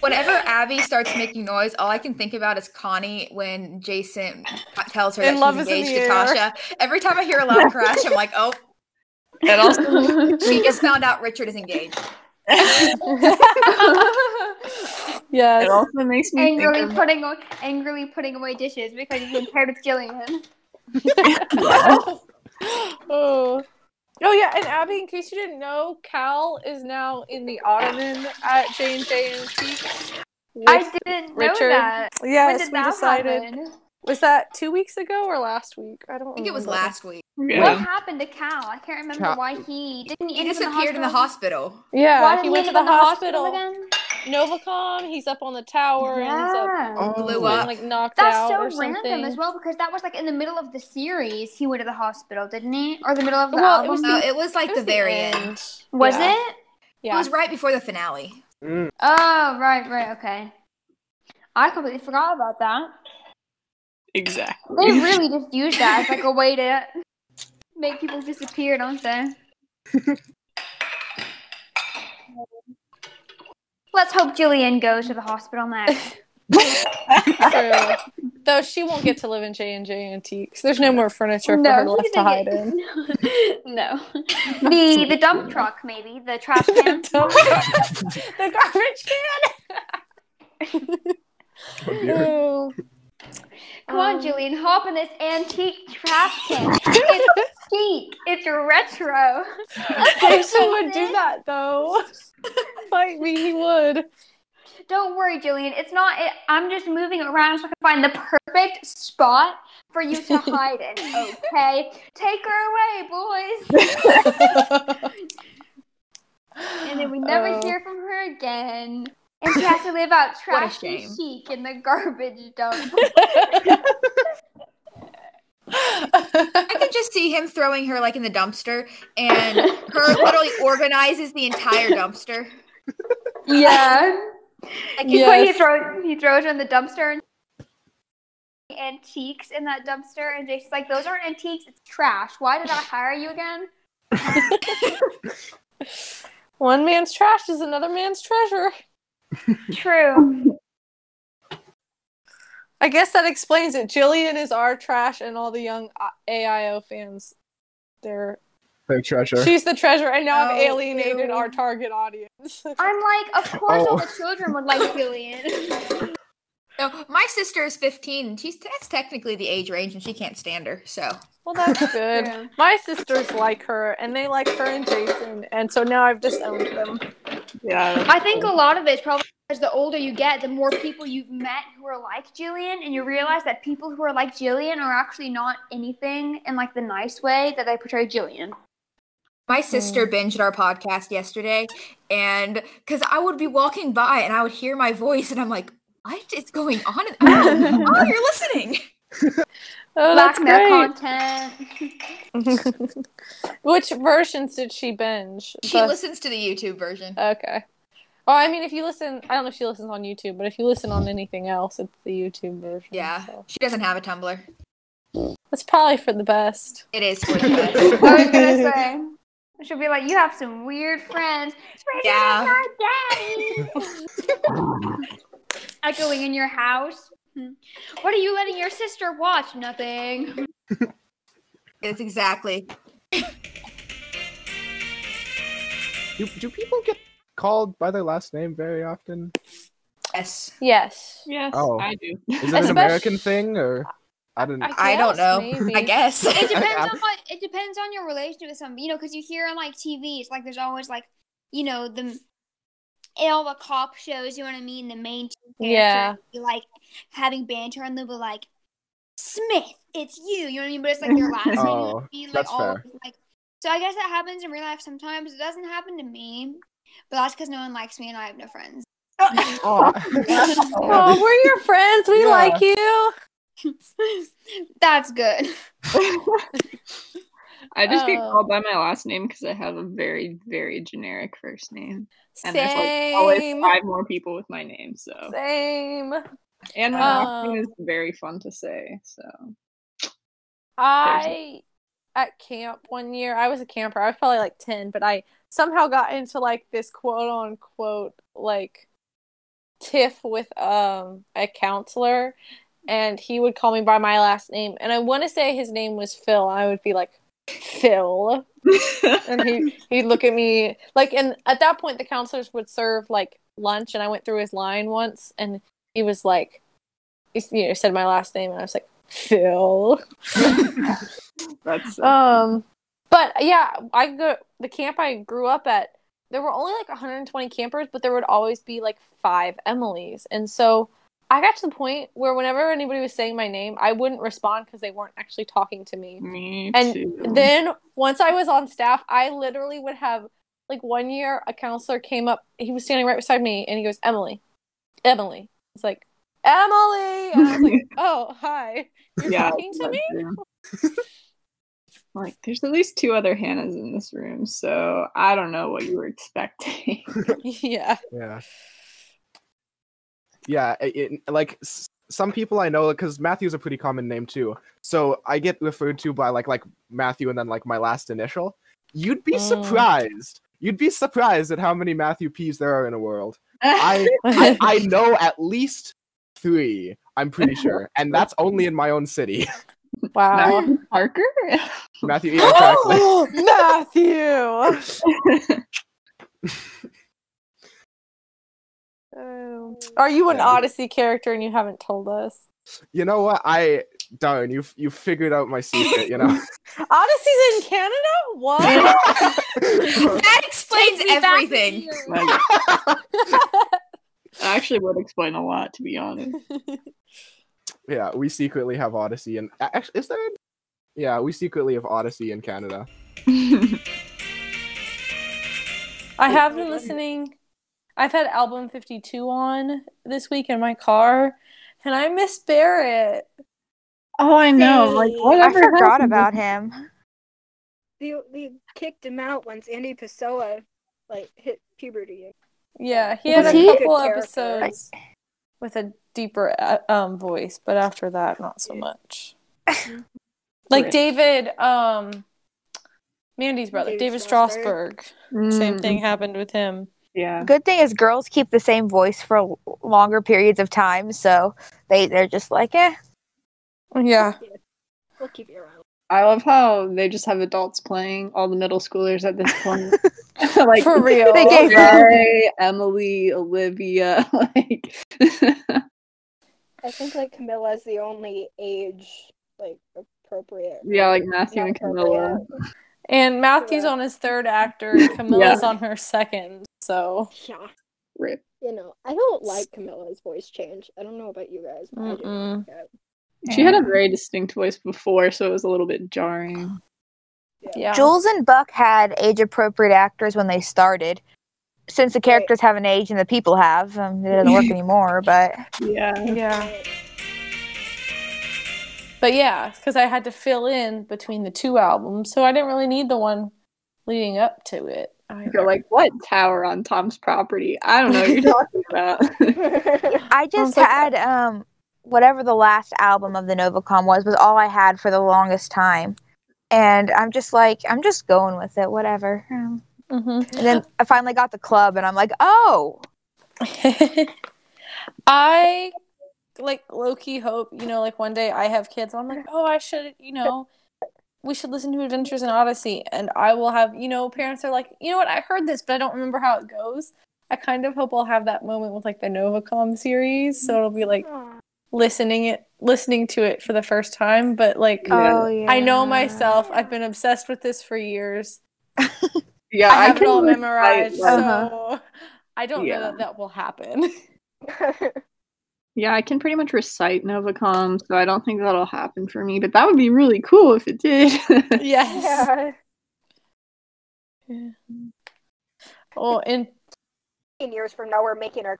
Whenever Abby starts making noise, all I can think about is Connie when Jason tells her And that love she's is in engaged the to air. Tasha. Every time I hear a loud crash, I'm like, oh, And also, she just found out Richard is engaged. it yes. also makes me angrily think of putting aw- angrily putting away dishes because he's impaired with Jillian. Oh. Oh yeah, and Abby, in case you didn't know, Cal is now in the ottoman at J and J Antiques. I with- didn't know Richard. that. When yes, did we that decided. happen? Was that two weeks ago or last week? I don't. I think it was remember. last week. What yeah. happened to Cal? I can't remember Cal- why he didn't He end up disappeared in the hospital. Yeah, Why did he went to end the up in hospital. again? Novacom. He's up on the tower and he's up Yeah. Blew and, up. like knocked That's out so or random something. as well because that was like in the middle of the series he went to the hospital, didn't he? Or the middle of the Well, it was album. Was, No, it was like It the was very end. Yeah. it? It Yeah. was right before the finale. Mm. Oh, right, right, okay. I completely forgot about that. Exactly. They really just use that as like a way to make people disappear, don't they? Let's hope Jillian goes to the hospital next. True. Though she won't get to live in J and J Antiques. There's no more furniture for her left she's to gonna hide get- in. no. The the dump truck maybe, the trash can. Dump truck. the garbage Oh, can. dear. Ooh. Come on, Um, Jillian, hop in this antique trash can. it's chic. It's retro. Jason would do that though. Fight me, he would. Don't worry, Jillian. It's not. It, I'm just moving it around so I can find the perfect spot for you to hide in. Okay, take her away, boys. And then we never Oh. hear from her again. And she has to live out What a trash and shame. chic in the garbage dump. I can just see him throwing her like in the dumpster, and her literally organizes the entire dumpster. yeah. Like, But he Yes. throws he throws her in the dumpster and antiques in that dumpster and Jason's like, those aren't antiques, it's trash. Why did I hire you again? One man's trash is another man's treasure. True. I guess that explains it. Jillian is our trash, and all the young uh, AIO fans, they're Their treasure. she's the treasure. And now I've Oh, alienated ew. our target audience. I'm like, of course all Oh. the children would like Jillian. No, my sister is 15, and she's that's technically the age range, and she can't stand her. So well, that's good. Yeah. My sisters like her, and they like her and Jason, and so now I've disowned them. Yeah. I think a lot of it is probably because the older you get, the more people you've met who are like Jillian, and you realize that people who are like Jillian are actually not anything in like the nice way that they portray Jillian. my sister Mm. binged our podcast yesterday, and because I would be walking by and I would hear my voice, and I'm like, "What is going on?" And- oh, oh, you're listening. Oh, Black that's male great. content. Which versions did she binge? She The- listens to the YouTube version. okay. Oh, I mean, if you listen, I don't know if she listens on YouTube, but if you listen on anything else, it's the YouTube version. Yeah, so. she doesn't have a Tumblr. that's probably for the best. It is for the best. I was gonna say. She'll be like, you have some weird friends. Pretty Yeah. like our daddy. Echoing in your house. Hmm. What are you letting your sister watch? Nothing. It's exactly. Do, do people get called by their last name very often? Yes. Yes. Yes, Oh. I do. Is it Especially- an American thing or I don't know. I don't know. guess, maybe. I guess. It I- depends I'm- on it depends on your relationship with somebody, you know, because you hear on like TV, it's like there's always like, you know, the in all the cop shows, you know what I mean? The main two Yeah. characters be like having banter and they'll be like, Smith, it's you. You know what I mean? But it's like their last name. you know what I Oh, mean? Like that's all fair. like so I guess that happens in real life sometimes. It doesn't happen to me. But that's because no one likes me and I have no friends. Oh. Oh, we're your friends. We Yeah. like you. that's good. I just get Oh. called by my last name because I have a very, very generic first name, and there's like always Same. five more people with my name. So, Same. and my last name Um. is very fun to say. So, I at camp one year, I was a camper. I was probably like 10, but I somehow got into like this quote unquote like tiff with um a counselor and he would call me by my last name and I want to say his name was Phil. I would be like Phil and he he'd look at me like and at that point the counselors would serve like lunch and I went through his line once and he was like he s- you know said my last name and I was like Phil. That's Um, but yeah, I go the camp I grew up at. There were only like 120 campers, but there would always be like five Emilys, and so I got to the point where whenever anybody was saying my name, I wouldn't respond because they weren't actually talking to me. me and too. Mm. Then once I was on staff, I literally would have like one year a counselor came up. He was standing right beside me, and he goes, "Emily, Emily." It's like Emily, and I was like, "Oh, hi, you're Yeah, talking to that's me." true. like, there's at least two other Hannahs in this room, so I don't know what you were expecting. yeah. Yeah. Yeah, it, it- like s- some people I know, because Matthew's a pretty common name too. So I get referred to by like like Matthew and then like my last initial. You'd be Oh. surprised. You'd be surprised at how many Matthew P's there are in the world. I I, I know at least three. I'm pretty sure, and that's only in my own city. Wow. Matthew Parker. Matthew, yeah, Oh! exactly. Matthew. Are you an Yeah. Odyssey character and you haven't told us? You know what? I darn you. You figured out my secret. You know. Odyssey's in Canada? What? That explains Take me back to everything. you. That actually would explain a lot, to be honest. Yeah, we secretly have Odyssey and actually, is there? a- Yeah, we secretly have Odyssey in Canada. I have been listening. I've had album 52 on this week in my car and I miss Barrett. oh, I know. Like, Hey, I I whatever. forgot happened? about him. They, they kicked him out once Andy Pessoa like hit puberty. Yeah, he had Was a he- couple Good character. episodes with a deeper uh, um voice, but after that, not so much. like Right. David, um, Mandy's brother, David David, Strasberg. Strasberg. Same Mm, thing happened with him. Yeah. Good thing is girls keep the same voice for l- longer periods of time, so they they're just like, eh. Yeah, We'll keep you around. I love how they just have adults playing all the middle schoolers at this point. like for real. They gave up. Ray, Emily, Olivia, like I think like Camilla's the only age like appropriate. yeah, like Matthew Not and Camilla. appropriate. And Matthew's on his third actor. Camilla's on her second. So Yeah. Rip. You know, I don't like Camilla's voice change. I don't know about you guys, but I do not like it. She had a very distinct voice before, so it was a little bit jarring. yeah, Jules and Buck had age appropriate actors when they started. Since the characters have an age and the people have, um, it doesn't work anymore. But Yeah. yeah. But yeah, because I had to fill in between the two albums, so I didn't really need the one leading up to it. I You're like, what tower on Tom's property? I don't know what you're talking about. I just like- had um, whatever the last album of the Novacom was was all I had for the longest time, and I'm just like, I'm just going with it, whatever. Um, Mhm. And then I finally got the club, and I'm like, oh, I like low key hope, you know, like one day I have kids and I'm like, oh, I should, you know, we should listen to Adventures in Odyssey. And I will have, you know, parents are like, you know what, I heard this, but I don't remember how it goes. I kind of hope I'll have that moment with like the Novacom series. So it'll be like Aw. listening it, listening to it for the first time. But like, Yeah. oh yeah. I know myself, I've been obsessed with this for years. yeah, I have it can all recite, memorized. So like- I don't Yeah. know that that will happen. Yeah, I can pretty much recite Novacom, so I don't think that'll happen for me, but that would be really cool if it did. yes. yeah. Oh, and In years from now, we're making our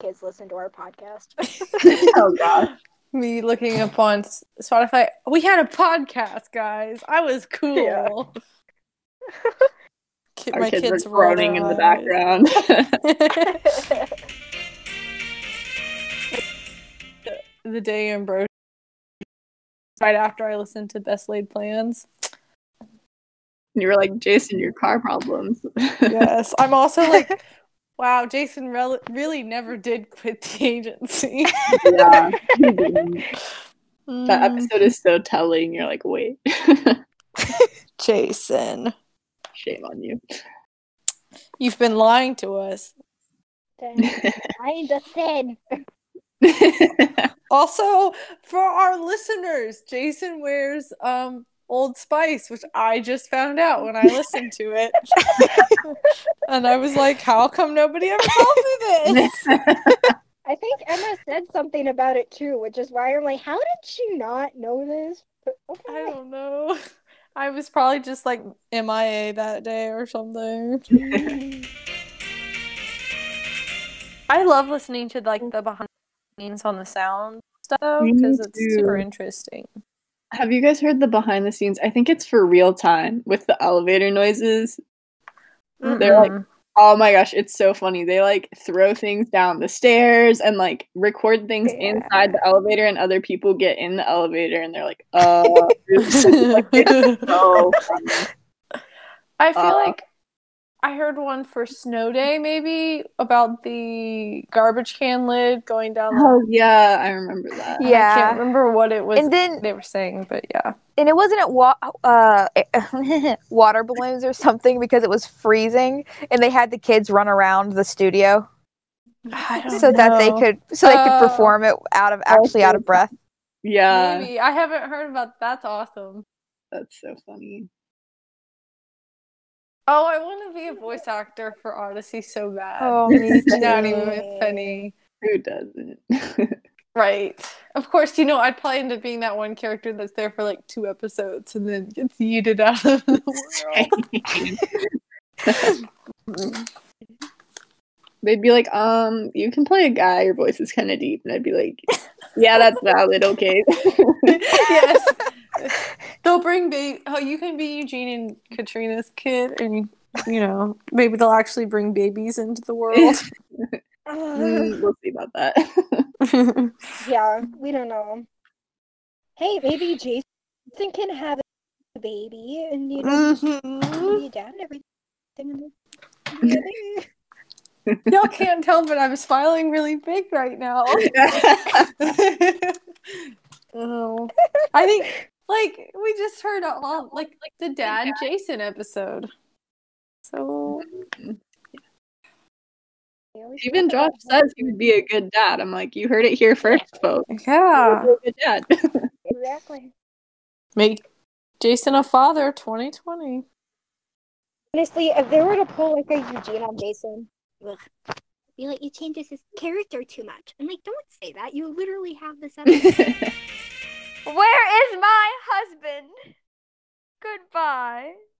kids listen to our podcast. oh gosh. me looking up on S- Spotify, we had a podcast, guys. I was cool. Yeah. Kid- Our my kids, kids are roll their groaning in the eyes. background. the day Ambrose, right after I listened to Best Laid Plans. you were like, Jason, your car problems. Yes, I'm also like Wow, Jason rel- really never did quit the agency. Yeah, he didn't. that Mm, episode is so telling. You're like, wait, Jason, shame on you. you've been lying to us. Dang. I understand. Mm. Also, for our listeners, Jason wears um Old Spice, which I just found out when I listened to it. and I was like, how come nobody ever told me this? I think Emma said something about it too, which is why I'm like, how did she not know this? But I okay. don't know. I was probably just like MIA that day or something. I love listening to like the behind the scenes on the sound stuff Me because it's super too. interesting. Have you guys heard the behind the scenes? I think it's for real time with the elevator noises. They're like- Mm-mm. Oh my gosh, it's so funny. They like throw things down the stairs and like record things Yeah. inside the elevator, and other people get in the elevator and they're like, uh, it's so funny. I feel Uh, like I heard one for Snow Day maybe about the garbage can lid going down. the- Oh, yeah, I remember that. I Yeah. can't remember what it was And then they were saying, but yeah. and it wasn't at wa- uh, water balloons or something because it was freezing and they had the kids run around the studio I don't so that they know. could so they could Oh. perform it out of actually out of breath. Uh, Yeah, Maybe I haven't heard about. That's awesome. that's so funny. Oh, I want to be a voice actor for Odyssey so bad. Oh, me It's not too. even funny. Who doesn't? Right. Of course, you know, I'd probably end up being that one character that's there for like two episodes and then gets yeeted out of the world. They'd be like, um, you can play a guy, your voice is kind of deep. And I'd be like, yeah, that's valid, okay. yes. They'll bring baby. Oh, you can be Eugene and Katrina's kid, and you know, maybe they'll actually bring babies into the world. Mm, we'll see about that. Mm-hmm. yeah, we don't know. Hey, maybe Jason can have a baby and you know Mm-hmm. Mhm. be down and everything. and then- Y'all can't tell, but I'm smiling really big right now. oh, I think like we just heard all like like the dad Jason episode. So They always Even talk Josh about says he would be a good dad. I'm like, you heard it here first, folks. He would yeah, be a good dad. that. Exactly. make Jason a father 2020. Honestly, if they were to pull like a Eugene on Jason, ugh, be like, you change his character too much. I'm like, don't say that. You literally have this up. Where is my husband? Goodbye.